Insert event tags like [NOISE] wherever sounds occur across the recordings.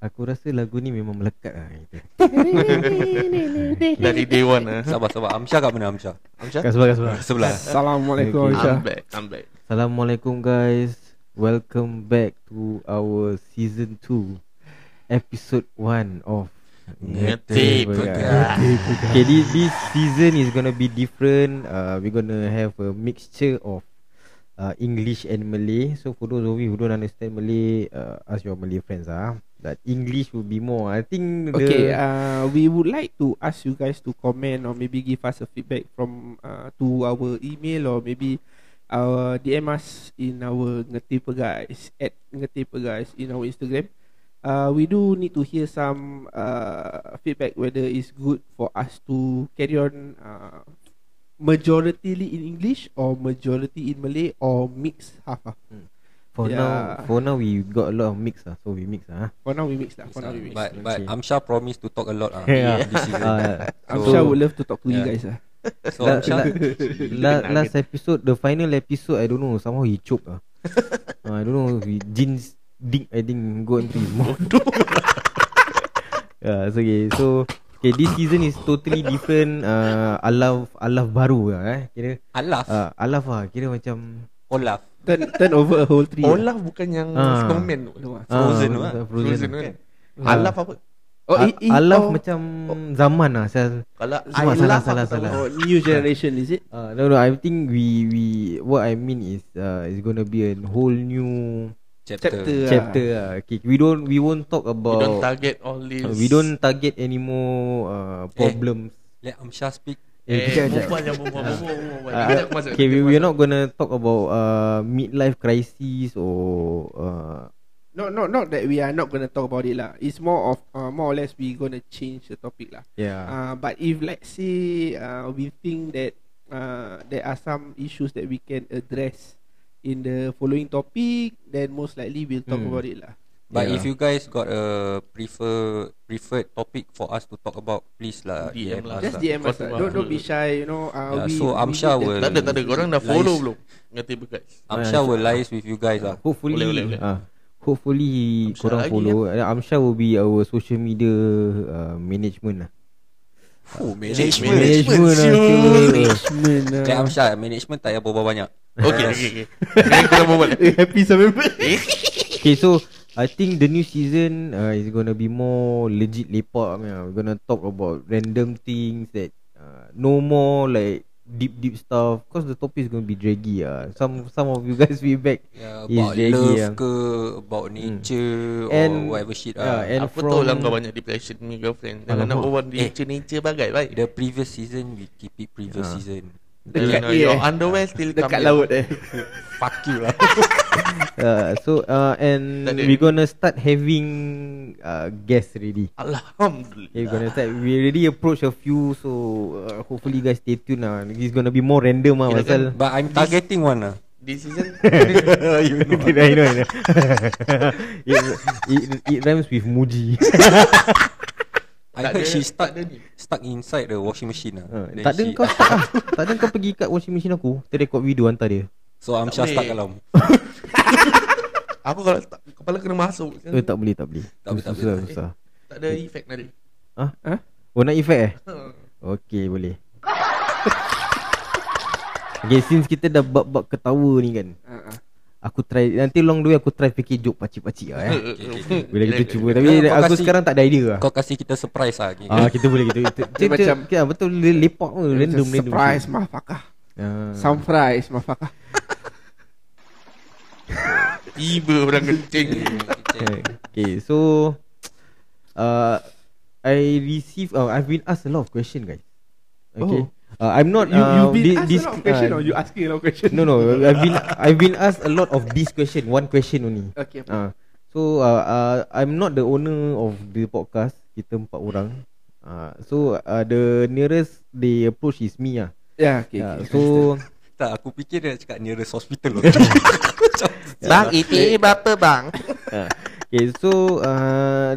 Aku rasa lagu ni memang melekat lah gitu. Dari day one lah Sabar sabar Amsyar kat mana Amsyar Amsyar Kat sebelah kat sebelah Sebelah Assalamualaikum Okay. Aisyah I'm back I'm back Assalamualaikum guys Welcome back to our season 2 Episode 1 of Ngetip Pegang. Okay this, this season is gonna be different uh, We're gonna have a mixture of uh, English and Malay So for those of you who don't understand Malay uh, Ask your Malay friends ah. But English will be more I think the, Okay, uh, we would like to ask you guys to comment or maybe give us a feedback from uh, to our email or maybe our DM us in our Ngeti Guys at Ngeti Guys in our Instagram. Uh, we do need to hear some uh, feedback whether it's good for us to carry on uh, majority in English or majority in Malay or mix half half. For yeah. now For now we got a lot of mix ah, So we mix ah. For now we mix lah. For now we mix. But, but Okay. Amsyar promise to talk a lot [LAUGHS] ah. Yeah. This season uh, I'm So- sure I would love to talk to you Yeah. guys lah. So La, la, Amsyar la, last episode The final episode I don't know Somehow he choked ah. uh, I don't know he Jin's dick I think Go into his mouth yeah, so, okay, so Okay this season is totally different uh, Alaf Alaf baru lah eh Kira Alaf uh, Alaf lah Kira macam Olaf Turn, turn over a whole tree. lah. Olaf bukan yang Ah. snowman tu No, ah. Frozen tu ah, lah. Frozen, Frozen tu Frozen kan Ah. Alaf apa Oh, Al- i- i- Alaf oh, macam Zaman lah Saya Kalau Salah, Alaf salah, aku salah, tahu. salah. oh, new generation is it? Uh, no, no. I think we we what I mean is uh, it's gonna be a whole new Chapter. Chapter Yeah. chapter. Uh, okay, we don't we won't talk We about. don't target all this uh, we don't target any more uh, problems. Let Amsyar speak Eh, kejap, Eh, kejap. perempuan je perempuan perempuan, perempuan. Uh, Kita masuk, okay, kita we, we're masuk. not gonna talk about uh, midlife crisis or uh, No, no, not that we are not going to talk about it lah. It's more of uh, more or less we going to change the topic lah. yeah. Uh, but if let's say uh, we think that uh, there are some issues that we can address in the following topic, then most likely we'll talk Hmm. about it lah. But Yeah. if you guys got a prefer preferred topic for us to talk about, please lah DM DM, lah. us Just lah. DM us. Kau lah. tengok. Don't, don't be shy. You know, Yeah, uh, we, so we Amsyar need will- that. Tak ada tak ada Korang dah follow Lies. belum Ngerti bukan Amsyar will liaise with you guys lah. Hopefully, Boleh, boleh, boleh. Uh, hopefully Amsyar korang lagi, ya? follow. Kan? Amsha will be our social media uh, management lah. Oh, Management lah. siul. Management, uh, Okay, Amsyar, management tak payah berbual banyak. Ah. Okay okay okay Jangan kurang berbual eh, [LAUGHS] happy sampai Okay, so I think the new season uh, is gonna be more legit lepak. I mean, we're gonna talk about random things that uh, no more like deep deep stuff. Cause the topic is gonna be draggy. Ah, some some of you guys [LAUGHS] feedback. Yeah, Is about lagi love yang- ke, about nature or whatever shit yeah, lah. and Apa from tahu lah kau banyak depression ni girlfriend Jangan Alamak. nak Eh. berbual Nature-nature bagai baik the previous season we keep it previous Ah. season. You Dekat know, A [LAUGHS] Your eh. underwear still Dekat coming. laut eh. Fuck you [LAUGHS] lah. uh, so uh, and Tak ada. we're gonna start having uh, guests already. Alhamdulillah Yeah, we're gonna start. We already approach a few, so uh, hopefully you guys stay tuned. Ah, it's gonna be more random ah, Kira pasal. But I'm targeting one lah. [LAUGHS] This season [LAUGHS] you know, I know, I know. it, it, it rhymes with Muji. [LAUGHS] I Tak heard ada- she tak stuck ada ni. stuck inside the washing machine lah. uh, Then tak ada she- kau start ah. Tak ada kau pergi kat washing machine aku. Kita record video hantar dia. So Amsyar Tak stuck boleh. dalam. Aku kalau tak- kepala kena masuk kan? Eh tak boleh, tak boleh. Tak boleh, tak susah, boleh, susah. Tak ada efek nanti Oh nak effect eh? Okay [LAUGHS] boleh. Okay since kita dah bab-bab ketawa ni kan. Ha, Ah, ah. Aku try nanti long the way aku try fikir joke pacik-pacik [LAUGHS] lah eh. Bila kita cuba tapi Kau aku kasi- sekarang tak ada idea lah. Kau kasih kita surprise lah. Okay. Ah kita boleh kita kita- Dia kita- macam- kita- betul le- lepak pun random Macam random. Surprise, mafakah. Ah. Surprise, mafakah. Tiba orang kencing Okay. okay, so uh, I receive. Uh, I've been asked a lot of question, guys. Okay, uh, I'm not. Oh. you, uh, you been thi- asked this, a lot of question uh, or you asking a lot of question? No, no. I've been I've been asked a lot of this question. One question only. Okay. apa? Uh, so uh, uh, I'm not the owner of the podcast. Kita empat orang. Uh, so uh, the nearest they approach is me ah. Yeah, okay. Yeah, okay. so Tak, aku fikir dia nak cakap nearest [LAUGHS] hospital. Bang ETA berapa bang Ah. okay, so uh,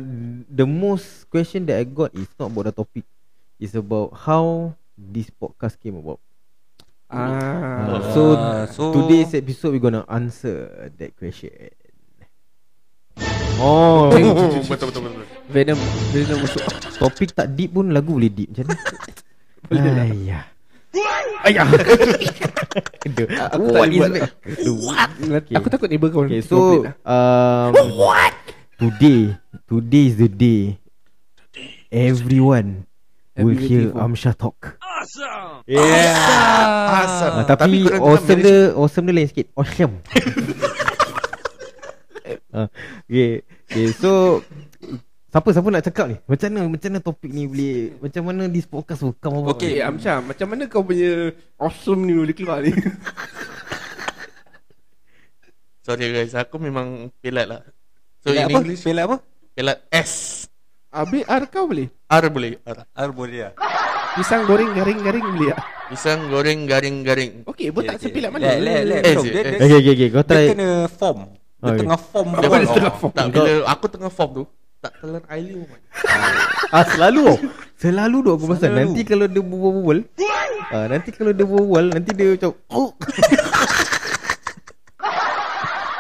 the most question that I got is not about the topic. It's about how this podcast came about. Ah. Uh, so, Ah, so- today's episode we're gonna answer that question. Oh betul betul betul. Venom Venom masuk [LAUGHS] Topik tak deep pun Lagu boleh deep macam Boleh mana lah. Ayah Ayah The, Aku tak What boleh is buat that The what okay. Aku takut neighbor kau lah. Okay so um, What Today Today is the day Everyone Will Everybody hear will. Amsha talk Asal. Ah, tapi, korang awesome kena manage- dia awesome dia lain sikit. Awesome. Ah, okay. okay, so siapa siapa nak cakap ni? Macam mana macam mana topik ni boleh macam mana this podcast will come about? Okay. Okay eh, Amsyar Macam mana kau punya Awesome ni boleh keluar ni [LAUGHS] Sorry guys, aku memang pelat lah. So in Pelat apa? English, Pelat apa? pelat S. Habis R kau boleh R boleh. R. R boleh lah Pisang goreng garing-garing boleh tak Pisang goreng garing garing. Okay pun tak Okay, sepilat okay. mana Let, let, let. Eh, Jom, je, eh. dia, dia, Okay, okay, okay. Kau dia try. kena form. Dia Okay. tengah form. Dia boleh oh, telan form. Tak, Kau- bila aku tengah form tu, tak telan oh Ailey pun. Ah, selalu oh. Selalu duk aku pasal Selalu. nanti kalau dia berbual-bual. ah, nanti kalau dia berbual nanti dia macam oh. [LAUGHS]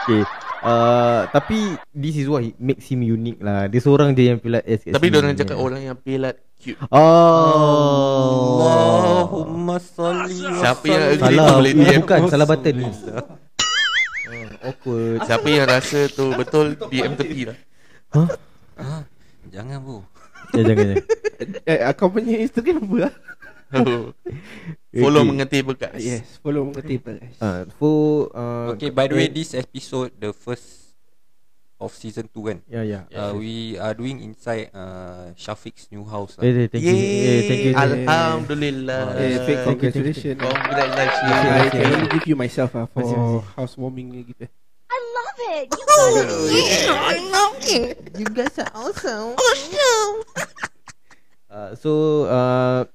okay. Uh, tapi this is what he- makes him unique lah. Dia seorang je yang pilih S. Tapi diorang cakap Hmm. orang yang pelat cute. Oh. Allahumma salli wa Siapa yang sallim. agree Salah tu boleh eh, DM. bukan salah button. Oh, awkward. Siapa yang rasa tu [LAUGHS] betul DM tepi lah. Huh? Ah, Jangan bro Ya jangan jangan. Eh, kau punya Instagram apa [LAUGHS] lah Oh. [LAUGHS] Follow Okay. mengerti bekas. Yes Follow mengerti guys Ah, for uh, Okay by the way This episode The first Of season 2 kan Ya ya. uh, We are doing inside uh, Syafiq's new house lah. Eh, eh, thank you. Eh, thank you. Alhamdulillah. Uh, Eh, fake thank you, congratulations Congratulations. I Terima can kasih. only give you myself lah For Terima kasih. housewarming ni gitu I love it. You gotta be I love it. You guys are awesome. Awesome. Uh, so uh,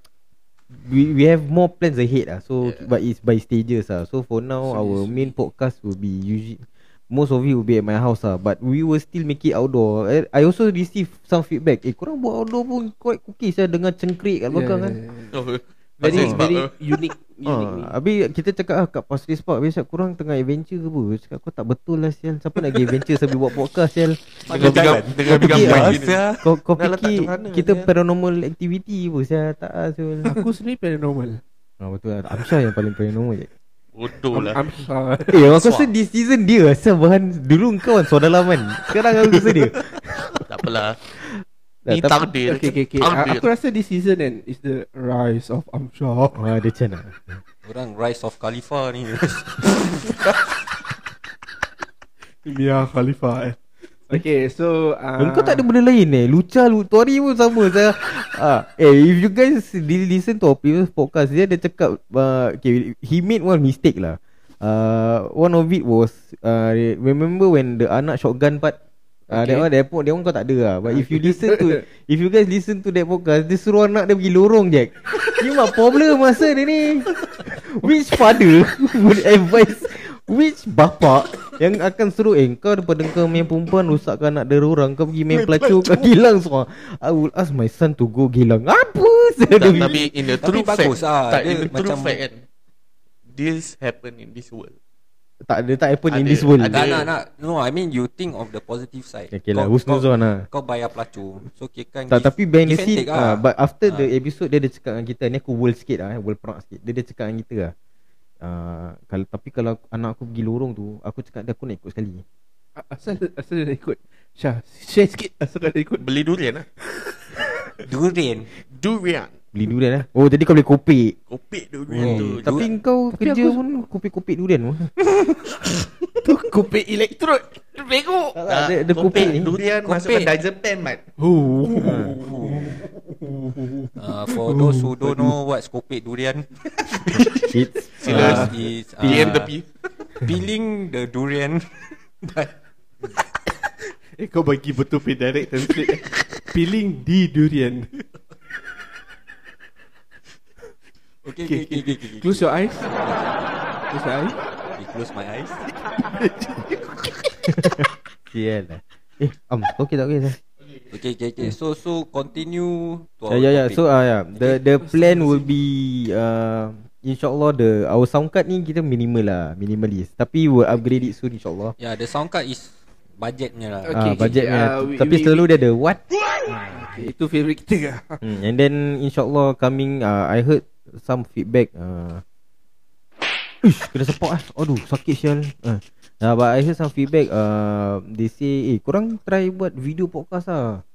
we we have more plans ahead ah. So yeah. but it's by stages ah. So for now so, our main podcast will be usually most of you will be at my house ah. But we will still make it outdoor. I, I also receive some feedback. Eh korang buat outdoor pun quite cookies saya dengan cengkrik kat belakang kan. Oh, Very, pasal sebab very tu. unique, [LAUGHS] unique ni. Ha, habis kita cakap ah kat Pasir Park biasa kurang tengah adventure ke apa? Aku Cakap kau tak betul lah sial. Siapa nak pergi adventure sambil buat podcast sial? Dengan pegang dengan Kau pegang fikir, mic ah, gini. Kau kau Nak letak fikir kat mana, kita sial? paranormal activity pun sial tak ah [LAUGHS] sial. Aku sendiri paranormal Ha betul lah. Amsyar yang paling paranormal je. Bodoh lah. I'm [LAUGHS] sorry Eh aku rasa this season dia Asal bahan Dulu kau kan suara laman Sekarang aku rasa dia Tak apalah. Dah, [LAUGHS] Ni tapi- takdir. Okay, okay, okay. Takdir. Aku rasa this season kan is the rise of Amshar. Wah dia macam nak Orang Rise of Khalifa [LAUGHS] ni Mia Khalifa eh. Okay, so Ah. uh, Kau tak ada benda lain eh Lucha Lutori pun sama saya ah, Eh if you guys li- Listen to our previous podcast Dia ada cakap uh, okay, He made one mistake lah uh, One of it was uh, Remember when the anak shotgun part Ah, okay. that Okay. one, that one, that one kau tak ada lah But [LAUGHS] if you listen to If you guys listen to that podcast Dia suruh anak dia pergi lorong Jack You my problem masa dia ni Which father Would advise Which bapa Yang akan suruh Eh kau daripada kau main perempuan Rusakkan anak dia orang Kau pergi main pelacur Kau gilang semua I will ask my son to go gilang Apa [LAUGHS] Tak, Dia- tapi in the Tapi true fact, bagus ah. tak, Dia in the true macam- fact kan, this happen in this world. Tak ada tak happen in Ada, this world ada. Tak nak nak No I mean you think of the positive side Okay lah Kau- kau- Husnuzon lah Kau bayar pelacur So kira kan tak, give- tapi behind the give and scene take ah, lah. But after Ah. the episode Dia ada cakap dengan kita Ni aku world sikit lah eh, World perang sikit Dia ada cakap dengan kita lah uh, kalau, Tapi kalau anak aku pergi lorong tu Aku cakap dia aku nak ikut sekali ah, asal asal dia nak ikut. Syah, share sikit asal kau nak ikut. Beli durian lah. Durian Durian. Beli durian lah Oh jadi kau boleh kopik Kopik durian Hmm. tu. Du- Tapi kau kerja pun kopik-kopik durian [LAUGHS] pun Tu kupik elektrod. Bego. Tak tak dia, dia kopik ni durian masukkan Kopek. diazepam, man. uh, For those who don't know What's kopek durian It's Sila Ah. uh, is, uh, PM tepi. Peeling the durian [LAUGHS] But Eh kau bagi betul pay direct translate. Peeling di durian. Okay okay okay, okay, okay, Close your eyes. Close your eyes. I close my eyes Sial lah Eh am kau okay tak okay Zah? Okay okay okay So so continue to Ya our ya ya topic. so ah ya the the plan will be uh, insyaallah the our sound card ni kita minimal lah minimalis tapi we'll upgrade it soon insyaallah Yeah, the sound card is budget punya lah. Okay, okay, okay, budget okay. punya. Ah, we- Tapi we- selalu dia ada what Okay, itu favorite kita [LAUGHS] lah. Hmm, and then insyaallah coming uh, I heard some feedback uh, Ish, kena sepak ah. Aduh, sakit sial. Ah. Uh, but I heard some feedback uh, they say eh korang try buat video podcast lah.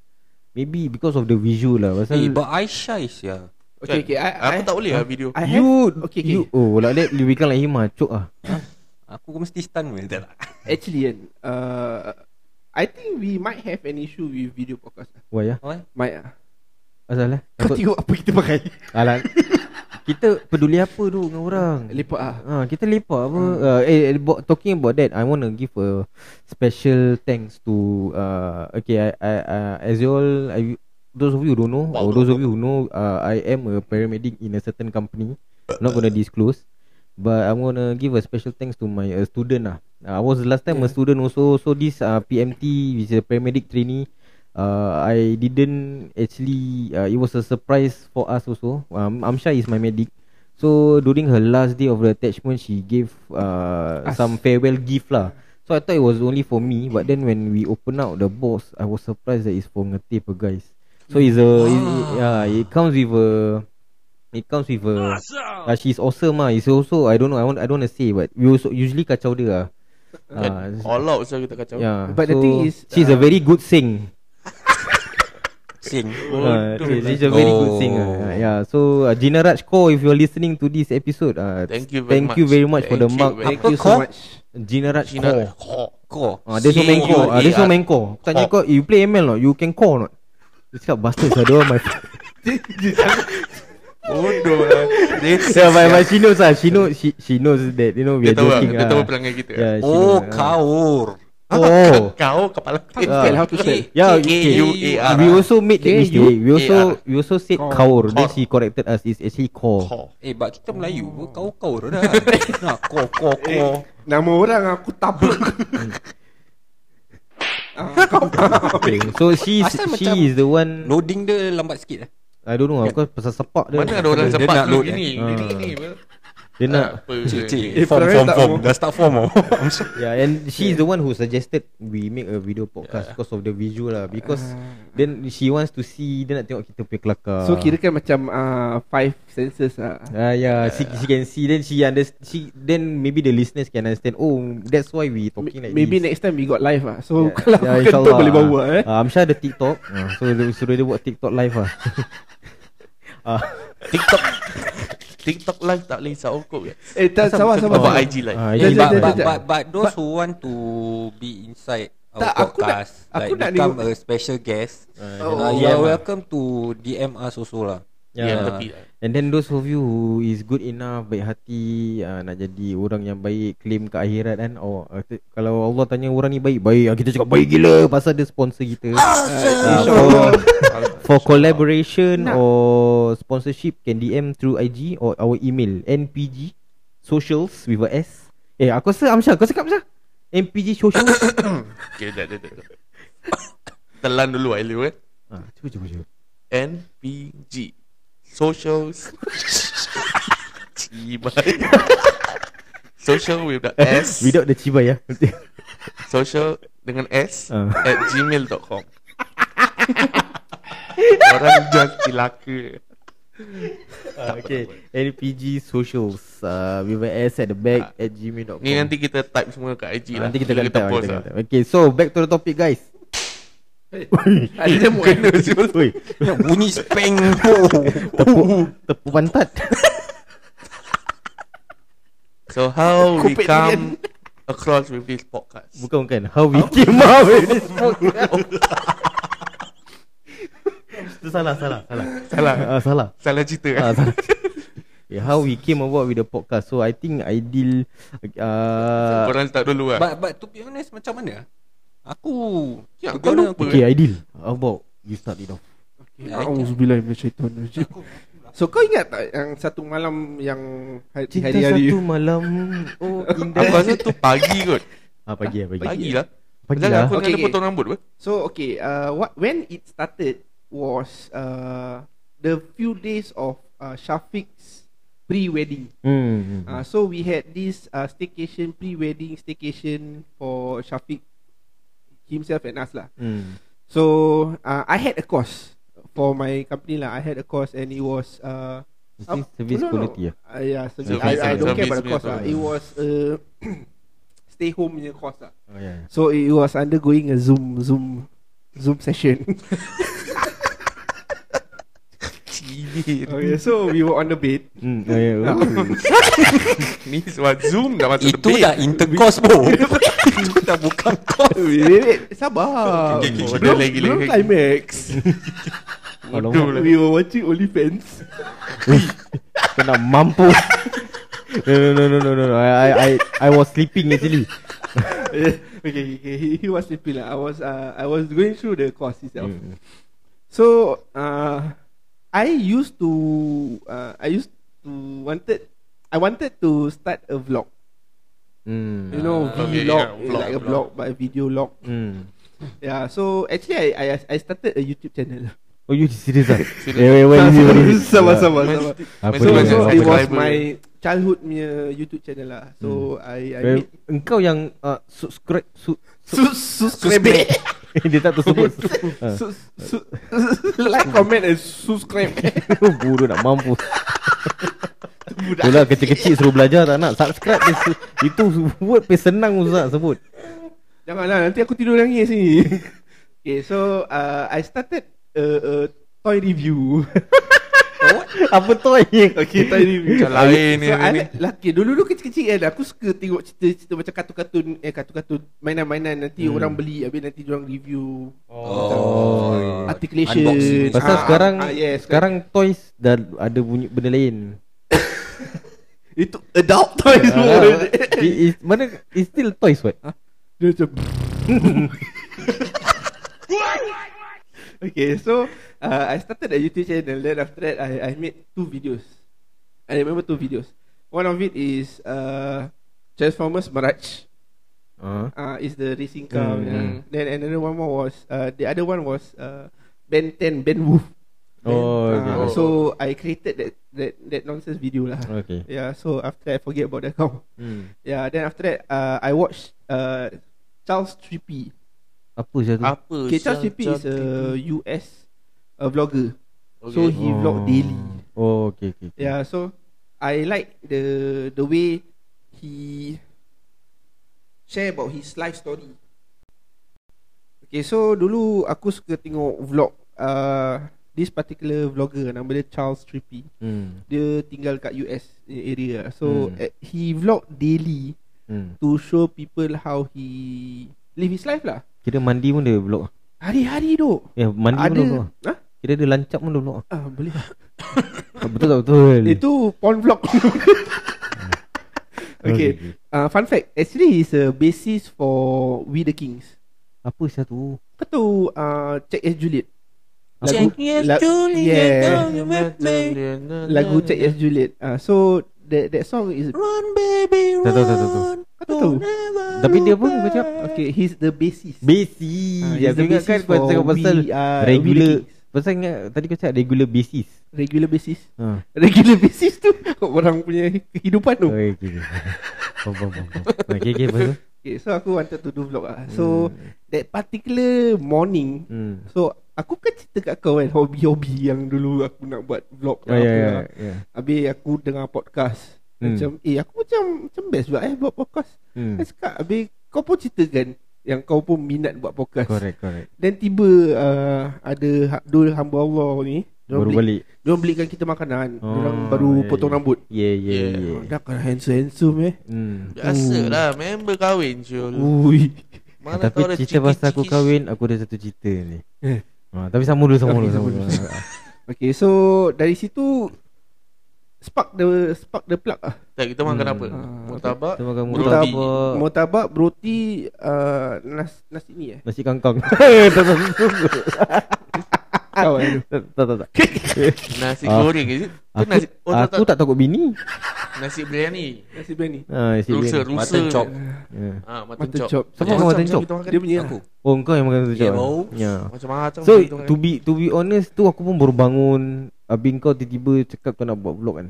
Maybe because of the visual lah. Pasal Eh, but I shy sia. Okay, okay. I, I, Aku tak boleh lah video. I have, you okay, okay. you oh lah let you become like him ah, cok ah. Aku mesti stun pun tak tak. actually kan, uh, I think we might have an issue with video podcast. Why ah? Why? Might ah. Asal lah. Kau tengok apa kita pakai? Alah. kita peduli apa tu dengan orang? Lepak ah. Ah, kita lepak apa? Uh, eh, about, talking about that, I want to give a special thanks to uh, okay, I, I, uh, as you all, I, those of you who don't know, or those of you who know, uh, I am a paramedic in a certain company. I'm not gonna disclose, but I'm gonna give a special thanks to my uh, student lah. Uh, I was last time a student also, so this uh, PMT, which is a paramedic trainee. Uh, I didn't actually. Uh, it was a surprise for us also. Um, Amsha is my medic. So during her last day of the attachment, she gave uh, Us. some farewell gift lah. So I thought it was only for me, but then when we open out the box, I was surprised that it's for Ngetip guys. So it's a it, it, yeah, it comes with a it comes with a uh, she's awesome ah. It's also I don't know I want I don't want to say but we also usually kacau dia ah. Ya. Kan, Uh, All out saya kita kacau. yeah. But the thing is, she's a uh, very good sing. Sing. Uh, she's, she's a very good Oh. singer. Uh, yeah. So uh, Gina Raj Kaur, if you're listening to this episode, uh, Thank you very thank much. you very much for the Thank you mark. very Apa Thank you kau? so much. Gina Raj Kaur. Cina. Oh. Kau. Ah, there's no C man O call. Ah, there's no A R. man call. Aku Tanya Call. kau, you play ML not? You can call not? Dia cakap bastard lah dia my Bodoh lah. Dia, Yeah, my, my she knows ah. She knows she, she knows that you know we are dia tahu lah. joking Dia ah. tahu pelanggan kita. Yeah, she Oh, knows, ah. kaur. [LAUGHS] Oh. Kau kepala kita. Ah. Spell how to spell. Yeah, U okay. A R. We also made that K, mistake. We also A R. we also said Call. kaur. Then Call. she corrected us. It's actually call. Kau. Eh, but kita Melayu pun kau-kau dah. [LAUGHS] Nah, kau, kau, kau. Eh. Nama orang aku [LAUGHS] tabrak. Okay. So she Asal she macam- is the one. Loading dia lambat sikit lah. I don't know. Aku pasal sepak dia. Mana ada orang Dia sempat nak dulu load, eh. gini. Gini Ah. ni. apa? Dia nak. Apa Cik, cik. ni? Eh, form, perangai form, tak form. form. Dah start form oh. Yeah, and she's the one who suggested we make a video podcast because of the visual lah. Because then she wants to see dia nak tengok kita punya kelakar. so kira kan macam uh, five senses ah. Ah yeah, she, she can see then she understand. She then maybe the listeners can understand. Oh, that's why we talking like Maybe this. next time we got live ah. So [LAUGHS] kalau yeah, kentut insyaAllah. boleh bawa eh. Ah, Amsha ada TikTok. Ah, so dia suruh dia buat TikTok live lah. ah, TikTok. TikTok live tak boleh sokok ya. Eh tak sabar sabar. Buat sabar. IG live. ah, Jap, Eh, ini- but, jap, jap, but, jap. but, but those who want to be inside our Tak, tak, aku nak- podcast, aku like nak become tengok- a special guest, Oh, uh, you yeah. are welcome to DM us also lah. yeah. Yang tepi. And then those of you who is good enough Baik hati uh, Nak jadi orang yang baik Claim ke akhirat kan oh, uh, tu- Kalau Allah tanya orang ni baik Baik ah, Kita cakap baik gila Pasal dia sponsor kita uh, for, [LAUGHS] for collaboration Nak. Or sponsorship Can DM through IG Or our email NPG Socials With a S Eh aku rasa Amsha Kau cakap Amsha NPG Socials Okay, dah, dah, dah. dah. Telan dulu Ailu kan. [COUGHS] ah, Cuba cuba cuba NPG. Socials. Cibai. Social with the S. [LAUGHS] Without the cibai ya [LAUGHS] Social dengan S Ah. at gmail.com. [LAUGHS] Orang jangan cilaka. Ah, Okay NPG Socials uh, With a S at the back At gmail.com Ah. Ni nanti kita type semua kat IG lah. Ah, Nanti kita akan tag, post kita akan lah. tag. Okay, so back to the topic [LAUGHS] guys. [LAUGHS] Ada jamu eh. Oi, Nak bunyi speng. Oh. tepuk tepuk [LAUGHS] pantat. So [LAUGHS] how we Kopek kan. come across with this podcast? Bukan bukan. How we came up with [LAUGHS] this podcast. Itu salah salah salah. Salah. Ah, salah. Salah cerita. eh? Ah, salah. [LAUGHS] Okay, how we came about with the podcast. So I think ideal uh, Korang start dulu lah. but, but to be honest, macam mana? Aku... Ya, to be kau honest, lupa. Okay, ideal. How about you start it off? Auzubillahi minasyaitanir rajim. So kau ingat tak yang satu malam yang hari- Cinta hari-hari satu malam [LAUGHS] Oh indah Aku rasa tu pagi kot. ah, Pagi lah [LAUGHS] pagi Pagi lah. Pagi Jangan lah aku Okay, okay, ada okay. potong rambut apa? So okay, uh, what when it started was uh, the few days of uh, Syafiq's pre-wedding. Hmm Uh, so ah, we had this uh, staycation pre-wedding staycation for Syafiq himself and us lah. Hmm. So uh, I had a course for my company lah. I had a course and it was uh, Is Oh, this service no, no. quality ah? uh yeah, so Service, I, I don't service, care about the service, course lah. service. It was uh, [COUGHS] stay home punya course lah. Oh, yeah. So it was undergoing a Zoom Zoom Zoom session. [LAUGHS] okay, so we were on the [LAUGHS] bed. Hmm. Oh, yeah. Oh. Ni sebab Zoom dah masuk Itu [LAUGHS] dah intercourse bro Itu dah bukan course Wait, wait, wait, sabar. Okay, okay, okay. Lagi, Belum, lagi, belum lagi. [LAUGHS] climax. Alamak, [LAUGHS] we were watching OnlyFans. kau nak mampus. [LAUGHS] No no no no no no. no. I I I, I was sleeping actually. [LAUGHS] okay, okay, he, he was sleeping lah. I was uh, I was going through the course itself. Hmm. So uh, I used to uh, I used to wanted I wanted to start a vlog. Hmm. You know, Ah, okay, vlog, yeah, vlog, like a vlog. blog, but a video log. Hmm. Yeah. So actually, I I, I started a YouTube channel. Oh you serious ah? Serious. Eh, wait, wait, Ah, wait, wait, wait. Sabar, sabar, Mas- sabar. Apa dia? Masih So, banyak so Apa it dia? subscriber. was my childhood punya YouTube channel lah. So I I Eh, made Engkau yang uh, subscribe su- [LAUGHS] Sus- subscribe dia tak tersebut. Ah. Sus- sus- like comment and subscribe [LAUGHS] Bodoh Ah. nak mampus. Itulah kecil-kecil suruh belajar tak nak subscribe dia su- itu word pe senang ustaz sebut. Janganlah nanti aku tidur nangis ni Okay so uh, I started a, a toy review [LAUGHS] Apa tu ni? Okay toy review Macam lain ni, So ni, I ni. like lelaki Dulu dulu kecil-kecil kan Aku suka tengok cerita-cerita Macam kartun-kartun Eh kartun-kartun Mainan-mainan Nanti Hmm. orang beli Habis nanti orang review Oh. Articulation Unboxing. Pasal Ah, sekarang ah, yes, sekarang toys dah ada bunyi benda [LAUGHS] lain. Itu adult toys semua Ah, it- it's- mana it's still toys what? Dia macam Okay so uh, I started a YouTube channel Then after that I, I made two videos I remember two videos One of it is uh, Transformers Mirage Ah. uh, Is the racing car Mm, yeah. mm. Then another one more was uh, The other one was uh, Ben 10 Ben Wolf Oh, okay. uh, So I created that That, that nonsense video lah Okay. Yeah so after that I forget about that account Hmm. Yeah then after that uh, I watched uh, Charles Trippie Apa je tu? Apa Okay, Charles Tippy is a US a vlogger. So he vlog daily. Ya. Oh, okay, okay. okay. Yeah, so I like the the way he share about his life story. Okay, so dulu aku suka tengok vlog uh, this particular vlogger nama dia Charles Trippy. Hmm. Dia tinggal kat US area. So Hmm. uh, he vlog daily Hmm. to show people how he live his life lah. Kira mandi pun dia vlog. Hari-hari dok. Ya, mandi pun dia vlog. Ada ha? Kira dia lancap pun dia vlog. Ah, boleh. Ah, Betul tak betul? Itu porn vlog Okay uh, Fun fact Actually it's a basis for We the Kings Apa satu? Kau tahu uh, Check Yes Juliet Aku La- yeah, ya, Lagu Check Yes Juliet uh, So That that song is tak tahu tak tahu. tak tahu. Kau tak tahu Tapi dia apa kau cakap? Ah, Okay he's the basis Basic. Ah, Uh, it's aku the ingat kan kau basis for ah, cakap pasal we are- regular. we the kings. Pasal ingat tadi kau cakap regular basis. Regular basis Ha. Regular [LAUGHS] basis tu Orang punya kehidupan tu Okay, okay. Bom bom bom. bom. Okay, okay, apa tu? Okay so aku wanted to do vlog lah So That particular morning Hmm. So aku kan cerita kat kau kan Hobi-hobi yang dulu aku nak buat vlog Oh, lah, ya, apa ya, lah. ya. Habis aku dengar podcast Hmm. Macam eh aku macam Macam best juga eh buat podcast Hmm. hmm. I cakap habis kau pun cerita kan Yang kau pun minat buat podcast Correct, correct. Dan tiba uh, ada ha- dua hamba Allah ni Baru balik. Diorang belikan kita makanan Oh, ya. oh, Diorang baru yeah, yeah, potong yeah. rambut Yeah, yeah, Yeah. yeah. Dah kan handsome-handsome eh Ya. Hmm. Biasalah Member kahwin Syul Ui [LAUGHS] Ah, Mana tapi tahu ada cerita pasal aku cikis-cikis. kahwin Aku ada satu cerita ni Eh. ha, Tapi sama dulu Sama dulu Okay, sama sama dulu. dulu. Ah, Okay so dari situ Spark the Spark the plug lah Tak kita makan Hmm. apa Ah, Murtabak Sama kamu Roti. Roti apa? Murtabak, roti, uh, nas, nasi ni eh? Nasi [LAUGHS] kangkang Tak tak tak Kau eh? Tak tak tak Nasi Ah. goreng is it? Tu Aku, nasi oh, aku tak takut bini Nasi biryani Nasi biryani. ha, nasi Rusa biryani. Rusa Mutton ah. chop Ya. Ah, mutton, Mutton chop, chop. Siapa Macam- makan mutton macam chop? kita makan. Dia punya Aku Oh kau yang makan nasi Ya kacang bau Ya Macam-macam So kita makan. to be to be honest tu aku pun baru bangun Ya. Ya. Habis kau tiba-tiba cakap kau nak buat vlog kan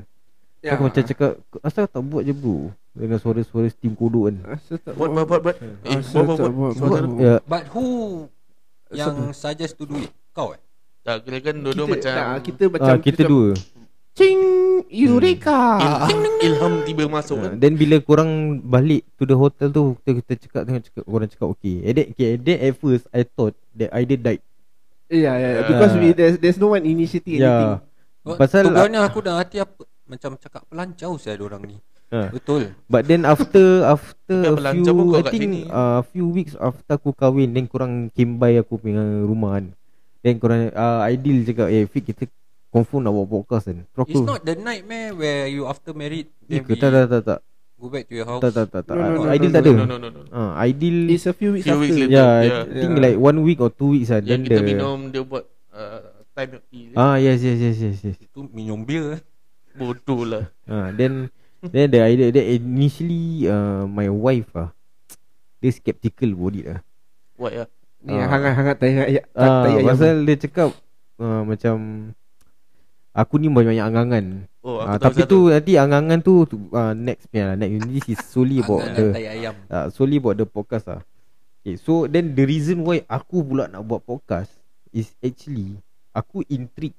So, Aku macam cakap "Kau- Asal tak buat je bro Dengan suara-suara steam kodok kan Asal Ah, tak Buat buat buat buat. Hmm. Eh, Asal buat buat Ah, tak buat. buat, Suara buat, buat. Ya But who yang suggest to do it? Kau eh? tak kira kan dua-dua Kita- macam tak, Kita Ah, macam ah, Kita dua Ching Eureka il- ilham tiba masuk kan. Ah, Then bila korang balik to the hotel tu Kita, kita cakap tengok cakap Korang cakap okay And then, okay, and then at first I thought that idea died Ya ya Because Ah. we there's, there's no one initiating anything Ya Well, Pasal- Pasal Tubuhannya aku dah hati apa Macam cakap pelancau saya orang ni Ha. Betul But then [LAUGHS] after After Tapi a belajar pun few kau I kat think sini. uh, few weeks after aku kahwin Then korang came by aku punya rumah kan Then korang uh, Ideal cakap Eh Fik kita confirm nak buat podcast kan Terus aku It's not the nightmare Where you after married Eh, Then we tak, tak, tak, tak, go back to your house tak, tak, tak, tak. No, no, no, Ideal no, tak ada No no no no. Ah, Ideal It's a few weeks Few after weeks Ya later. yeah, I Yeah. think Yeah. like one week or two weeks lah Yang Then kita the minum dia buat uh, time milk tea. Ah yes yes yes yes yes Tu minum bir Bodoh lah. Ah then then the idea that initially uh, my wife ah dia skeptical about it lah. What ya? Ni yang Ah. hangat-hangat tai ayat Ah tai ayam. pasal dia cakap uh, macam aku ni banyak angangan. Oh, Ah, aku tahu tapi satu. tu nanti angangan tu tu, ah, next punya lah. Next this is solely about Angan the lantai ayam ah, solely about the podcast lah. Okay, so then the reason why aku pula nak buat podcast is actually aku intrigued.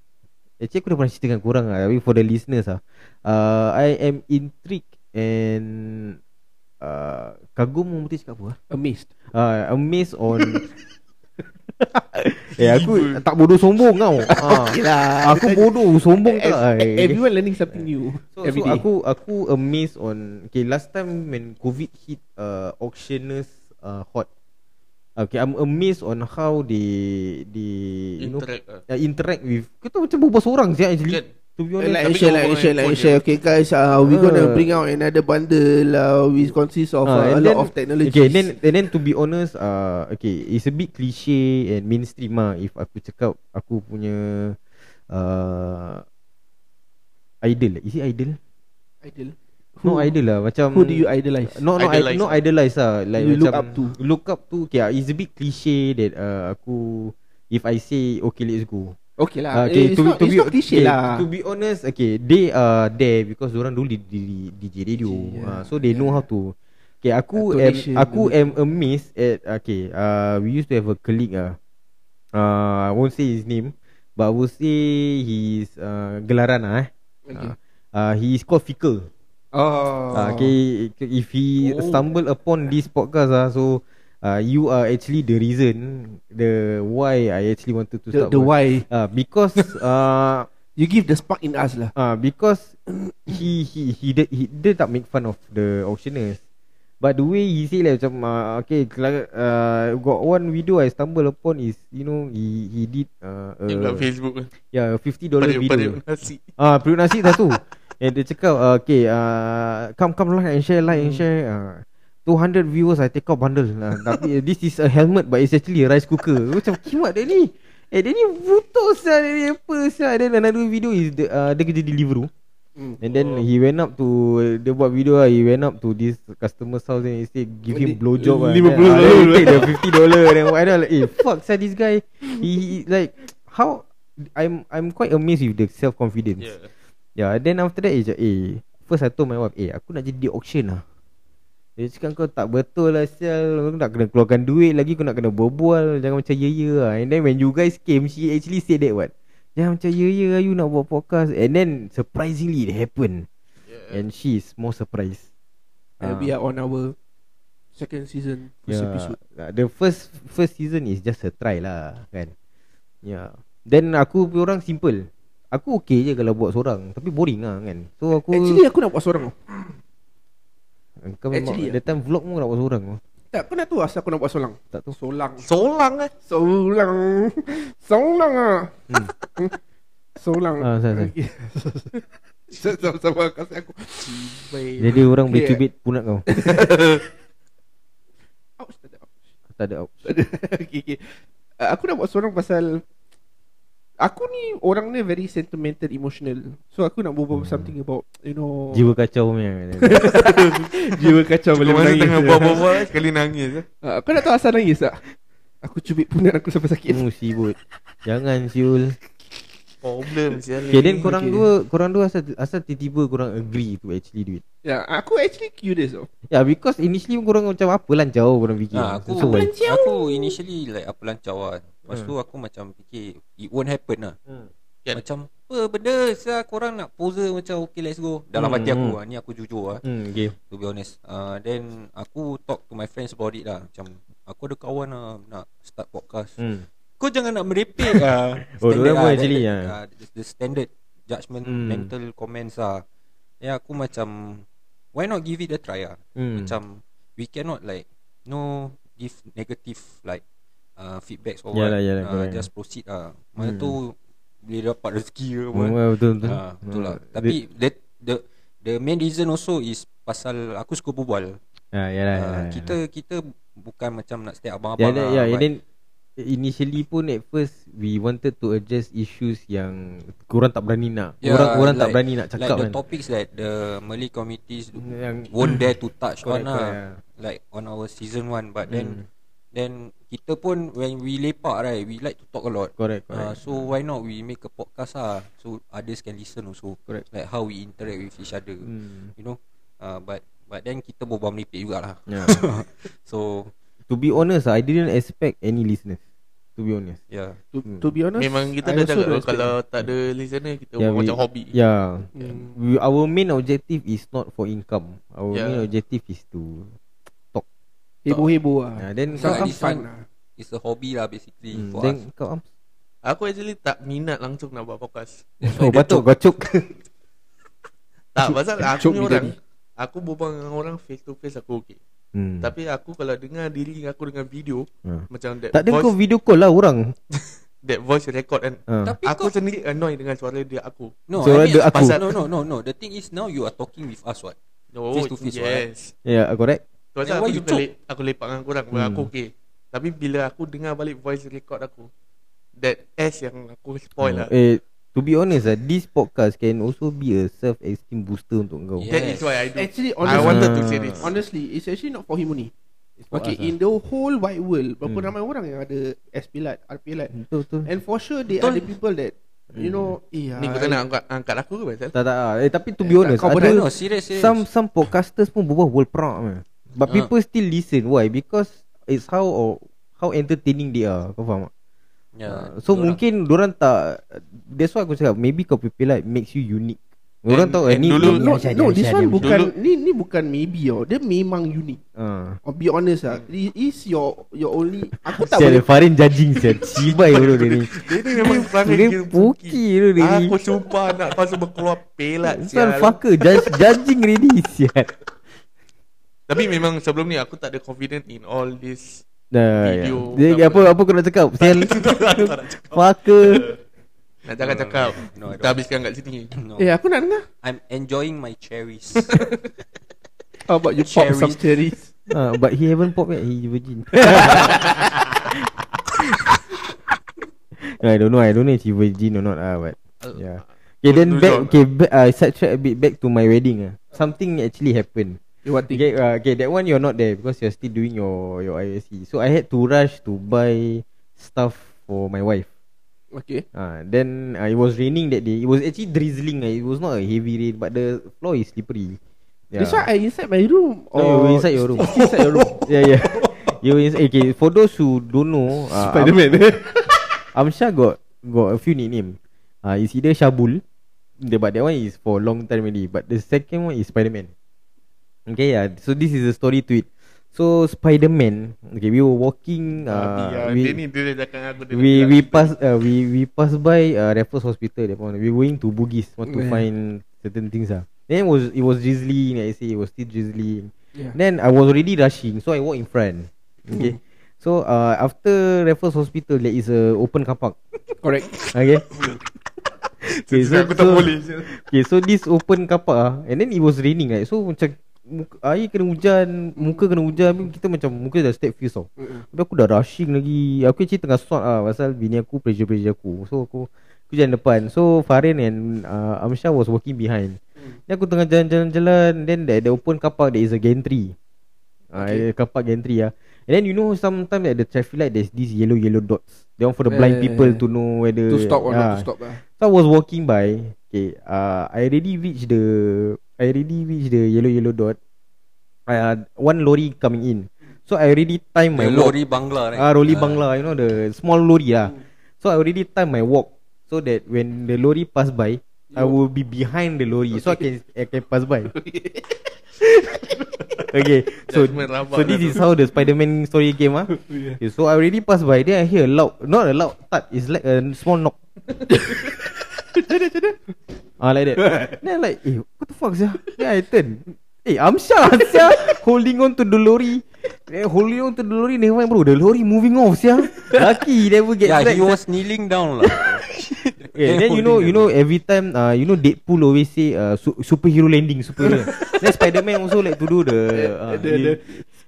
Actually aku dah pernah cerita dengan korang lah Tapi for the listeners lah uh, I am intrigued and uh, Kagum orang putih cakap apa lah amazed. uh, Amazed [LAUGHS] on Eh aku tak bodoh sombong [LAUGHS] tau ha. Yalah. Aku bodoh sombong tak eh. Everyone learning something new So, every so day. aku aku amazed on okay last time when COVID hit uh, auctioners uh, hot. Okay, I'm amazed on how they they you know Interact lah. uh, interact with kita macam berbual seorang je actually. Kan? To be Eh, honest. Like Tapi share, kau like orang share, yang like phone share. Okay guys, uh, we gonna Ah. bring out another bundle uh, which consists of Ah, uh, a and lot then- of technologies. Okay, and then and then to be honest, uh, okay, it's a bit cliche and mainstream ah if aku cakap aku punya uh, idol. Is it idol? idol. Who, No idol lah macam Who do you idolize? No no idolize, Idolize. no idolize lah like You macam look up to. look up to okay ah, it's a bit cliche that uh, aku if I say okay let's go. Okay Ah, lah. Okay, it's, not, it's not cliche okay, lah. To be honest, okay, they are there because orang dulu di, di, di- DJ radio. Yeah, Yeah, so they know how to Okay, aku am, Atau audition. aku am amazed at okay, uh, we used to have a colleague ah. Uh, I won't say his name, but I will say his uh, gelaran ah. Eh. Okay. Uh, he is called Fickle. Oh. Ah, okay, if he oh. stumble upon this podcast ah, so uh, you are actually the reason the why I actually wanted to The, start. the why Ah, because uh, you give the spark in us lah. ah because he he he did he did tak make fun of the auctioneers. But the way he say like macam uh, okay kela- uh, got one video I stumble upon is you know he he did uh, Yang kat uh Facebook lah. yeah fifty dollar Pada video. pada nasi. Ah, periuk nasi dah tu. Eh dia cakap uh, okay, uh, come come like and share like and share. Uh, 200 viewers I take out bundle. Uh, tapi uh, this is a helmet but it's actually a rice cooker. Macam kimat dia ni. Eh dia ni butuh sia dia ni apa sia. Then another video is the, uh, dia kerja Deliveroo. Mm. And then he went up to Dia buat video lah He went up to this Customer's house And he say Give him blowjob lah $50 Ah, then he Take the 50 dollar Then what else Eh fuck sah this guy He, he like How I'm I'm quite amazed with the self confidence Yeah, Yeah. then after that is eh first I told my wife, eh aku nak jadi auction lah. Dia cakap kau tak betul lah sial Kau nak kena keluarkan duit lagi Kau nak kena berbual Jangan macam ya ya lah And then when you guys came She actually said that what Jangan macam ya ya lah, You nak buat podcast And then surprisingly it happened yeah. And she is more surprised And we are on our second season Ah. first yeah. episode. Ah, The first first season is just a try lah kan. Yeah. Then aku punya orang simple. Aku okay je kalau buat seorang tapi boring lah kan. So aku Actually aku nak buat seorang. tau. Kau memang Actually, That time vlog pun nak buat seorang kau. Tak, kau nak tahu asal aku nak buat seorang? Tak tahu Solang. Solang eh. Solang. Solang ah. Hmm. [LAUGHS] Solang. Ah, saya, saya. Okay. [LAUGHS] Sama- Sama kasih aku. Jadi orang boleh Okay. cubit punat [LAUGHS] kau Ouch, tak ada [LAUGHS] ouch. Tak ada ouch okay, okay. Uh, aku nak buat seorang pasal Aku ni orang ni very sentimental, emotional So aku nak berbual hmm. something about You know Jiwa kacau punya [LAUGHS] kan. jiwa kacau Boleh menangis. Tengah ya. buat-buat sekali nangis. eh. uh, Kau nak tahu asal Hmm. nangis tak? Aku cubit pundak aku sampai sakit Musibut Jangan siul Problem sial. Okay then korang Okay. dua Korang dua asal, asal tiba-tiba korang agree to actually do it Ya, aku actually curious tau. Ya yeah, because initially korang macam apa lancar korang fikir Ha, aku So why aku initially like apa lancar kan. Lepas tu aku macam fikir it won't happen lah. Hmm. Kan? Macam apa benda sial korang nak pose macam okay let's go. Dalam Hmm, hati aku hmm. ah ni aku jujur ah Hmm okay to be honest. Uh, then aku talk to my friends about it lah. Macam aku ada kawan lah nak start podcast. hmm. Kau jangan nak merepek lah [LAUGHS] Oh, Standard dorang pun actually, That- ah. ah, the- The standard judgment Hmm. mental comments lah Ya aku macam Why not give it a try lah Hmm. Macam We cannot like No Give negative like uh, Feedbacks or what Yalah, yalah, Ah, correct. Just proceed lah Hmm. Mana tu Bila dapat rezeki ke apa Memang betul-betul Ah, Betul lah Tapi the, the The main reason also is Pasal aku suka berbual ah, yalah, Ah, yalah, Kita Kita bukan macam nak stay Ya, yeah, abang-abang lah, yeah, yeah. but- And then initially pun at first we wanted to address issues yang korang tak berani nak. Yeah, orang orang tak Ya, like- berani nak like cakap the kan. topics that the Malay communities Yang- won't dare to [COUGHS] touch Correct, on lah. correct, ya. yeah. Hmm. Like on our season one but then then kita pun when we lepak right we like to talk a lot. Correct, Uh, correct. so why not we make a podcast lah so others can listen also. Correct. Like how we interact with each other. Hmm. You know. Uh, but but then kita berbual meripik [LAUGHS] jugalah. Yeah. so Ya. to be honest, I didn't expect any listeners. To be honest. yeah. To, Hmm. to be honest, Memang kita I dah also cakap don't kalau, expect kalau tak ada listener kita Yeah, we- buat ya. macam hobi. Yeah. that. Hmm. We, our main objective is not for income. Our Ya. Yeah. main objective is to Heboh-heboh lah. yeah, then Ah, So, kau Macam at am, least fun one- lah. It's a hobby lah basically hmm, for then us. kau am. Aku actually tak minat langsung nak buat podcast. [LAUGHS] Oh, batuk gocok. Tak pasal aku Cuk ni ni orang tadi. aku berbual dengan orang face to face aku okey. hmm. Tapi aku kalau dengar diri aku dengan video Ha. macam that Tak ada kau voice video call lah orang. that voice record kan. Ha. Tapi Aku kau- sendiri annoy dengan suara dia aku. No, So, I mean, ada aku. pasal, no, no, no, no. The thing is now you are talking with us what? No, Face to face, yes. Ya, yeah, correct. Tu pasal Then aku why you suka choke? le- aku lepak dengan korang hmm. Hmm. Aku okey Tapi bila aku dengar balik voice record aku That S yang aku spoil lah Eh, to be honest lah, this podcast can also be a self-esteem booster untuk kau. Yeah. That is why I do Actually, I honestly, wanted to Ah. say this honestly, it's actually not for him only. for Okay, us lah. in the whole wide world, berapa Hmm. ramai orang yang ada S Pilat, R Pilat. Betul betul. And for sure, they Betul. are the people that, you Hmm. know, eh, Ni ah, kau tak nak angkat, angkat aku ke pasal? Tak tak. ah. Eh tapi to Eh, be tak, honest, kau ada berat No, serious, serious. some some podcasters pun berbual world proud man. But Ah. people still listen. Why? Because it's how or how entertaining they are. Kau faham? tak? Yeah, Ah, lah. so mungkin orang tak that's why aku cakap maybe kau pilih like makes you unique. Orang And- tahu eh and ni ni- dulu- No, macam no, ni, macam ni, this one macam bukan ni ni bukan maybe oh. Dia memang unik. ni. Ah. I'll be honest ah. It is your your only aku tak Sial boleh Farin judging sial Cibai dulu dia ni [LAUGHS] Dia ni memang perangai Dia puki tu dia ni Aku sumpah nak kau semua keluar pelat This one sial fucker judge, Judging ready sial Tapi memang sebelum ni aku tak ada confident in all this Nah, ya. Video. Dia apa apa kau nak cakap [LAUGHS] sial Fucker Nak cakap-cakap No, I Kita habiskan kat sini [LAUGHS] no. Eh aku nak dengar I'm enjoying my cherries. How about you pop Cherries. some cherries Ah, But he haven't pop yet He virgin [LAUGHS] I don't know I don't know if he virgin or not ah, But Yeah Okay then Don't back judge. Okay back, uh, Sidetrack a bit Back to my wedding ah. Something actually happened You what thing Okay, uh, okay, that one you're not there because you're still doing your your ISC. So I had to rush to buy stuff for my wife. Okay Ah, then uh, it was raining that day. It was actually drizzling. Uh, it was not a heavy rain, but the floor is slippery. This one I inside my room No, you or were inside your room. Oh. [LAUGHS] It's inside your room [LAUGHS] yeah, yeah. You were inside. Okay, for those who don't know, uh, Ah. Am- Amsha got got a few nickname. Uh, it's either Shabul, the, but that one is for long time already. But the second one is Spider Man. Okay, yeah. So this is the story to it. So Spider Man. Okay, we were walking. Uh, Ah, Dia we, ni dia dah cakap aku dia lah. we dah we cakap. pass uh, we we pass by uh, Raffles Hospital that point. We going to Bugis want to Yeah. find certain things ah. Then it was it was drizzling. I say it was still drizzling. Yeah. Hmm. Then I was already rushing, so I walk in front. Okay. So uh, after Raffles Hospital there is a open car park. Correct Okay. okay, so, Aku tak boleh sial. Okay, so this open car park ah, and then it was raining right. So macam muka, air kena hujan, muka kena hujan, habis kita macam muka dah step fuse tau. Tapi aku dah rushing lagi. Aku actually tengah sort ah pasal bini aku pressure-pressure aku. So aku aku jalan depan. So Farin and uh, Amsha was walking behind. Then aku tengah jalan-jalan-jalan then at the open car park there is a gantry. Ah, okay. car park gantry ah. And then you know sometimes at the traffic light there's these yellow yellow dots. They want for the blind Yeah, yeah, people yeah. to know whether To stop or Ah. not to stop lah So I was walking by. Okay, uh, I already reached the I already reached the yellow yellow dot. Uh, one lorry coming in. So I already time [LAUGHS] my The walk. lorry bangla right? Ah, lorry bangla, you know the small lorry lah. So I already time my walk so that when the lorry pass by, I will be behind the lorry so I can I can pass by. [LAUGHS] okay, so Judgement rabak so lah this tu. is how the Spider-Man story came ah. Okay, so I already pass by, then I hear a loud, not a loud tap, it's like a small knock. Ah like that. Then I like, eh, what the fuck sia? Then I turn. Eh, [LAUGHS] Amsha sia holding on to the lorry. Eh, holding on to the lorry, never mind bro. The lorry moving off sia. Lucky he never get Yeah, yeah, he was kneeling down lah. [LAUGHS] Yeah, then you know, you know every time, uh, you know Deadpool always say uh, su- superhero landing, [LAUGHS] superhero. then Spider-Man also like to do the. Uh, The- the-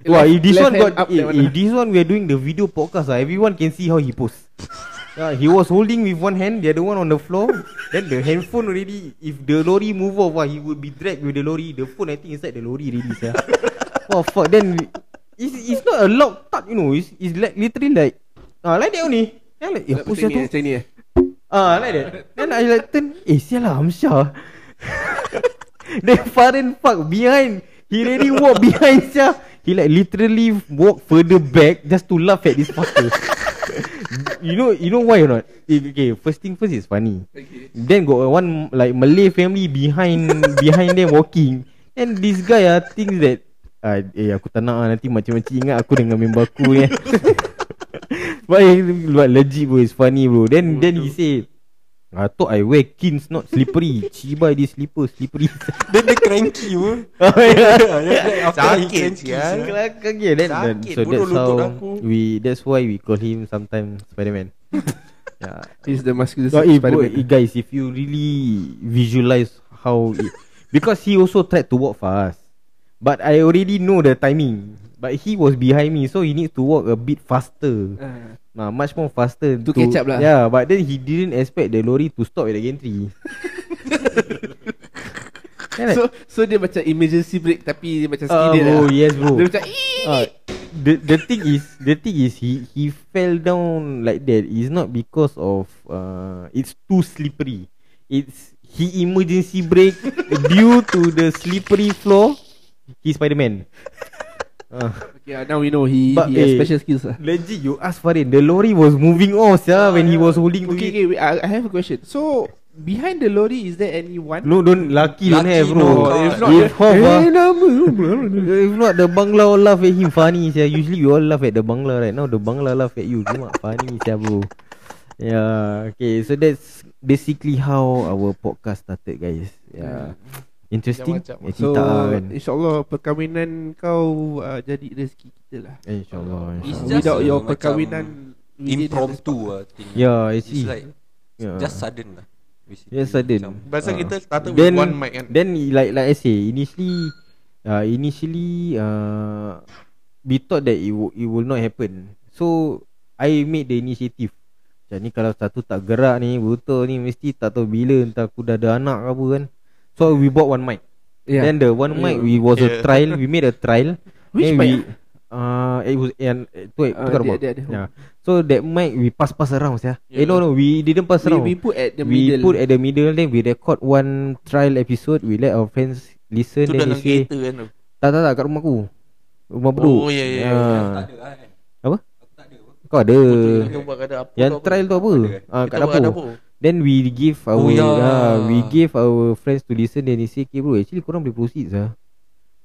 the Wah, if this left one hand got, up that if, one, if ah. this one we are doing the video podcast, uh, everyone can see how he pose. Uh, he was holding with one hand, the other one on the floor. then the handphone already. If the lorry move off, wah, he would be dragged with the lorry. The phone I think inside the lorry already, [LAUGHS] sir. Wah, fuck. Then it's it's not a lock tap, you know. It's it's like literally like, ah, like that only. Then I like, eh, apa sia tu? Macam ni eh Ah, like that. Then I like turn, eh sial lah [LAUGHS] Amsha. Then Farin fuck behind. He really walk behind sia. He like literally walk further back just to laugh at this fucker. you know, you know why or not? Eh, Okay, first thing first is funny. Okay. Then got one like Malay family behind behind them walking. And this guy ah thinks that ah, eh aku tak nak ah, nanti macam-macam ingat aku dengan member aku eh. ni. [LAUGHS] But, eh, but legit bro It's funny bro Then then he say I thought I wear kins not slippery Cibai this slipper slippery Oh, Then dia cranky [LAUGHS] pun. Sakit, sial. Kelakar je then, then Sakit So bodoh that's how lutut aku. we That's why we call him sometimes Spider-Man Yeah He's the muscular so, eh, bro, eh, Spider-Man guys if you really visualize how it, Because he also tried to walk fast But I already know the timing But he was behind me So he needs to walk a bit faster Ah. Nah, much more faster To catch up lah. Yeah, but then he didn't expect the lorry to stop at the [LAUGHS] gantry. Then like, So so dia macam emergency break Tapi dia macam ah, skidded bro, lah yes bro. Dia macam "Ee!" Ah, the the thing is, the thing is he he fell down like that is not because of uh it's too slippery. It's he emergency brake [LAUGHS] due to the slippery floor. He's Spider-Man. [LAUGHS] Ah. Okay ah, now we know He, But, he has eh, special skills lah Legit, you ask for it. The lorry was moving off, yeah, when he was holding to it. Okay okay wait, I, I have a question So Behind the lorry Is there anyone No, don't lucky, don't Lucky have bro. no if Oh, card. not, if, have, ah, [LAUGHS] if not the bangla all laugh at him funny sia. Usually we all laugh at the bangla right now. The bangla laugh at you. Cuma funny sia bro. Yeah. Okay. So that's basically how our podcast started, guys. Yeah. Interesting. Macam-macam. Eh, So kita lah kan. InsyaAllah Perkahwinan kau uh, Jadi rezeki kita lah Insyaallah. Insyaallah. It's just Without your macam perkahwinan we didn't [LAUGHS] have Impromptu this lah thing. Yeah, it's, It's like yeah. just sudden lah. basically. Just sudden. Macam, Bahasa Ah. kita started then, with one mic kan. Then like like I say initially uh, initially uh, we thought that it, w- it will not happen. So I made the initiative. Macam ni kalau satu tak gerak ni Brutal ni mesti tak tahu bila Entah aku dah ada anak ke apa kan So we bought one mic yeah. Then the one mic We was a Yeah. trial We made a trial [LAUGHS] Which Then mic? we, uh, It was and, tu, uh, Ah, tukar dia- about dia ada. yeah. So that mic We pass-pass around yeah. Eh Yeah. no no We didn't pass around we, we put at the we middle put at the middle then we record one trial episode we let our friends listen Tu then dalam they say kereta kan tu. tak tak tak kat rumah aku rumah bro Oh, ya, ya, ya. Ah. Aku tak ada lah kan. Apa? Aku tak ada. apa. kau ada Kita buat kat dapur. yang tu apa? trial tu apa ah Kita kat buat dapur then we give our Oh, ya. ah, we give our friends to listen then they say okay bro actually korang boleh proceed lah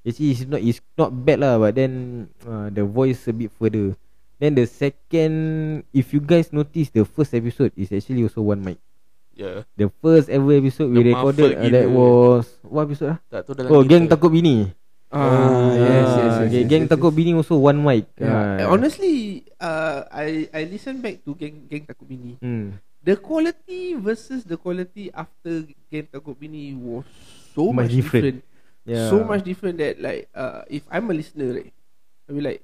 actually it's not it's not bad lah but then uh, the voice a bit further then the second if you guys notice the first episode is actually also one mic Ya. the first ever episode we The recorded muffled uh, that gila. was what episode ah Tak tu dalam Oh, kereta. geng takut bini. Ah, yes, Ah, yes, yes, okay, yes, Geng yes, takut yes. bini also one mic. Yeah. Ah. Honestly, uh, I I listen back to Gang Gang Takut Bini. Hmm. The quality versus the quality after Gang Takut Bini was so Much much, different. Yeah. So much different that like uh, if I'm a listener, right, I'll be like,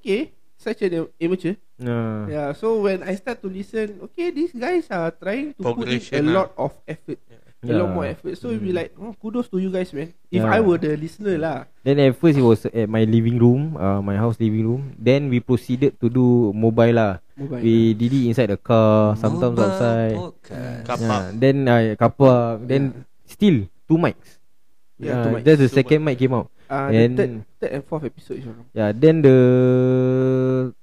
okay, such an amateur. Ah. Yeah. So when I start to listen, okay, these guys are trying to put in a Progression lah. lot of effort. a lot Yeah. Mm. more effort. So it'll be like, oh, kudos to you guys, man. If Yeah. I were the listener lah, Then at first it was at my living room, uh, my house living room. Then we proceeded to do mobile lah. mobile. We did it inside the car, Ah, sometimes Mobile outside. podcast. Yeah. Kapak. Then uh, kapak. Then still two mics. Yeah, Yeah, two uh, mics. that's the Two second mic came out. uh, and- the third, third and fourth episode, you know. Yeah, then the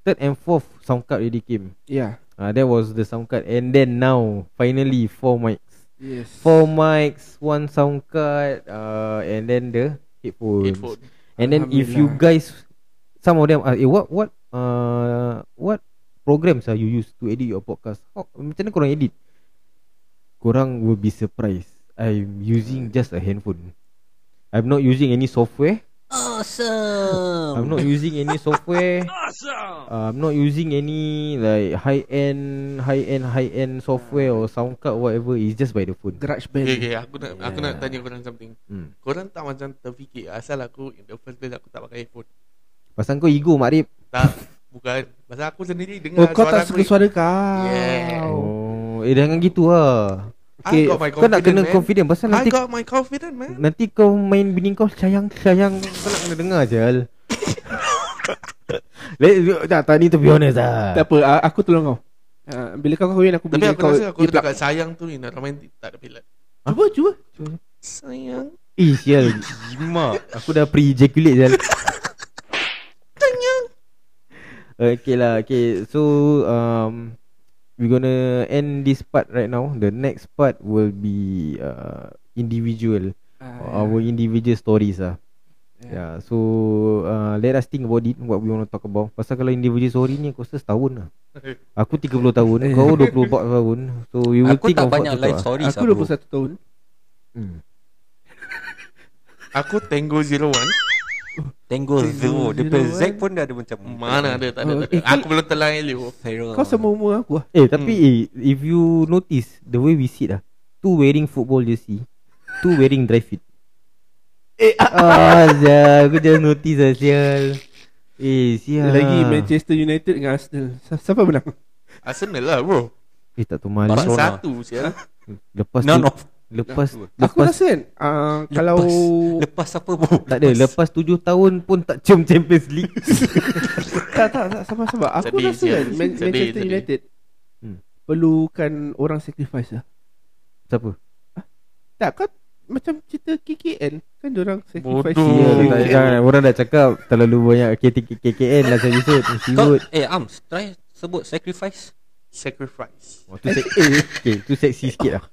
third and fourth sound card already came. Yeah. Uh, that was the sound card. And then now, finally, four mics. Yes. Four mics, one sound card, uh, and then the headphones. Headphone. And then if you Alhamdulillah. guys, some of them, uh, eh, what what uh, what programs are you use to edit your podcast? How, macam mana korang edit? Korang will be surprised. I'm using just a handphone. I'm not using any software. Awesome. I'm not using any software. awesome. Uh, I'm not using any like high end, high end, high end software or sound card whatever. It's just by the phone. Garage band. Okay, okay, Eh, aku nak aku Ya. nak tanya korang something. Hmm. Korang tak macam terfikir asal aku in the first place aku tak pakai headphone. Pasal kau ego Makrib. Tak, bukan. Pasal aku sendiri Oh, dengar kau tak suka aku- suara kau. Yeah. Oh, eh jangan gitu lah. I Okay, got my Kau nak kena man. confident pasal I nanti got my confident man. Nanti kau main bini kau sayang-sayang Kau nak kena dengar [LAUGHS] Jal Let, tak, tak ni to be honest lah Tak apa, uh, aku tolong kau. Uh, bila kau kahwin aku Tapi belikan aku rasa aku earplug. dekat sayang tu ni nak romantik tak ada pelat. Cuba, cuba. Sayang. Eh sial Jimak. Aku dah pre-ejaculate Jal Okay lah Okay so um, We gonna end this part right now The next part will be uh, Individual Ah, Our individual stories lah yeah. Yeah, so uh, let us think about it What we want to talk about Pasal kalau individual story ni Aku rasa setahun lah Aku 30 tahun Kau 24 tahun So you will Aku think tak of what banyak to live talk stories Aku lah, bro. 21 tahun. ah. Hmm. Aku Tango 01 Tango Zero. Dia punya Zero, Zack eh. pun dah ada macam Mana ada tak ada, tak ada. Eh, kau- Aku belum telan Elio Viral. Ah. Kau sama umur aku lah. Eh tapi eh, If you notice The way we sit lah Two wearing football jersey Two wearing dry fit [LAUGHS] Eh ah, sial Aku just notice lah sial Eh sial Lagi Manchester United dengan Arsenal. Si- Siapa menang? Arsenal lah bro Eh tak tahu malu Barcelona. Satu siapa Lepas tu None of Lepas Aku Lepas rasa kan uh, Kalau Lepas apa bro Tak ada Lepas 7 tahun pun tak cium Champions [LAUGHS] League Tak tak tak Sabar sabar Aku Sedih, rasa kan sedih, Man- sedih, Manchester sedih. United Hmm. Perlukan orang sacrifice lah Siapa? Tak kau Macam cerita KKN Kan orang sacrifice Bodoh. Ya, Oh, tak, okay. jangan. Orang dah cakap terlalu banyak KKN last episode. Kau Silut. Eh Ams Try sebut sacrifice Sacrifice Oh, tu sek- eh, okay, tu seksi sikit lah.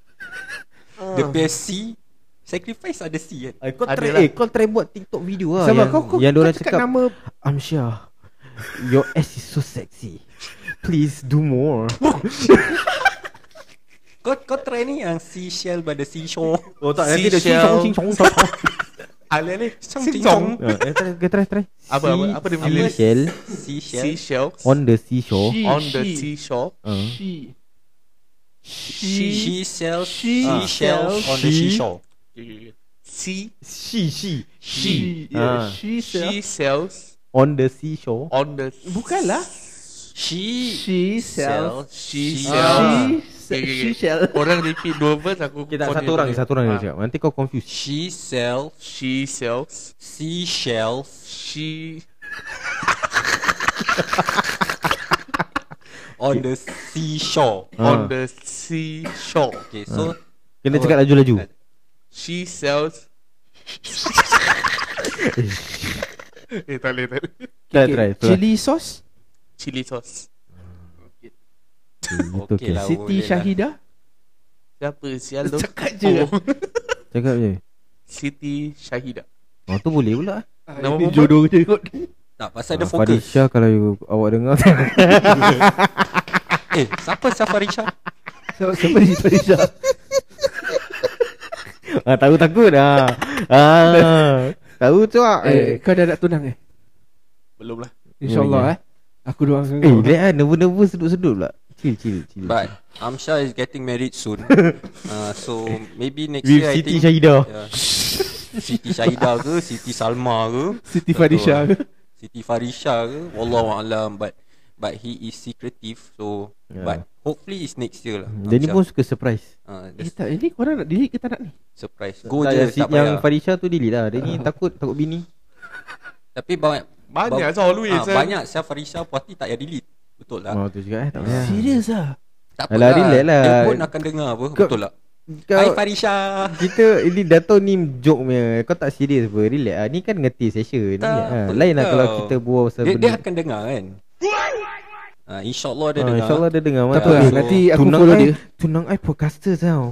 The PSC Sacrifice ada C kan Eh, kau Ada try, lah. eh, kau try buat TikTok video lah. yang, Sabar kau, kau, yang kau orang cakap, Hmm? cakap, nama Amsyah, your ass is so sexy. Please do more. Kau kau try ni yang seashell pada seashore Oh tak, nanti dia cing cong cong [LAUGHS] cong. Alih-alih Song ting song Eh, try, okay, try, try. Apa, apa, apa dia Sea- pilih? Seashell Seashell Seashells on the seashore. She, On she, the seashore Uh, She She sells She seashells Ah, on the She- seashore she, Sea she. She Ah. yeah, She sells She sells On the seashore. on the Bukanlah She She sells sells She Ah. sells She se- She sells Orang repeat dua verse aku Okay, tak, continue satu orang, dulu. satu orang Ah. dia cakap. Nanti kau confuse. She sells She sells seashells She on the seashore Ah. on the seashore Okay so Kena cakap laju-laju. She sells [LAUGHS] Eh tak boleh tak boleh Try, try. try. Chili sauce Chili sauce Gitu, okay. Okay lah. boleh Siti Shahida Siapa sial tu Cakap je. Oh, Cakap je. Siti Shahida Oh, tu boleh pula. eh. Nama Ini perempuan? jodoh je kot Tak pasal dia Ah, fokus Farisha kalau you, awak dengar [LAUGHS] Eh siapa [LAUGHS] Safarisha Siapa siapa ni Farisha ah, Tahu takut ah. ah. Tahu cuak Eh kau dah nak tunang eh Belum lah InsyaAllah Ya, eh Aku doakan Eh, kau dia ah, nervous-nervous sedut-sedut pula. Chill, chill, chill. But Amsha is getting married [LAUGHS] soon uh, So maybe next With year I Siti think Shahida. Yeah. [LAUGHS] Siti Shahida ke Siti Salma ke Siti Farisha Siti Farisha ke Wallahualam But but he is secretive so Yeah. yeah. but hopefully it's next year lah. Ya. Dia ni pun suka surprise uh, Eh tak Ini korang nak delete ke tak nak ni surprise. Go Tak, je yang, si- tak yang payah. Ah. Farisha tu delete lah Dia ni takut Takut bini Tapi banyak Banyak, ba- it's always, ah, eh. banyak Syaf Farisha Puati tak payah delete. Betul lah. Oh tu juga eh Tak payah Serius lah Tak Alah, relax lah. Dia pun akan dengar apa. Kau- Betul lah. Hai Kau Farisha. Kita Ini Dato ni joke punya Kau tak serius pun Relax lah Ni kan ngerti session relax Tak, lah. betul. Lain lah kalau kita buat pasal Dia, benda dia akan dengar kan. Ah, InsyaAllah dia Ah, dengar. InsyaAllah dia dengar Tak Mana apa tahu. so- Nanti aku Tunang follow I- dia Tunang I podcaster tau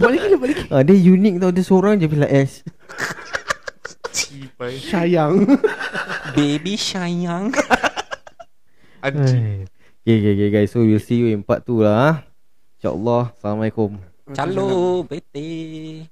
Buat lagi lah buat lagi Ah, Dia unik tau Dia seorang je bila S Cipai. Sayang Baby sayang. [LAUGHS] Anjing. okay, okay, okay guys So we'll see you in part 2 lah ah. InsyaAllah Assalamualaikum Calo bete.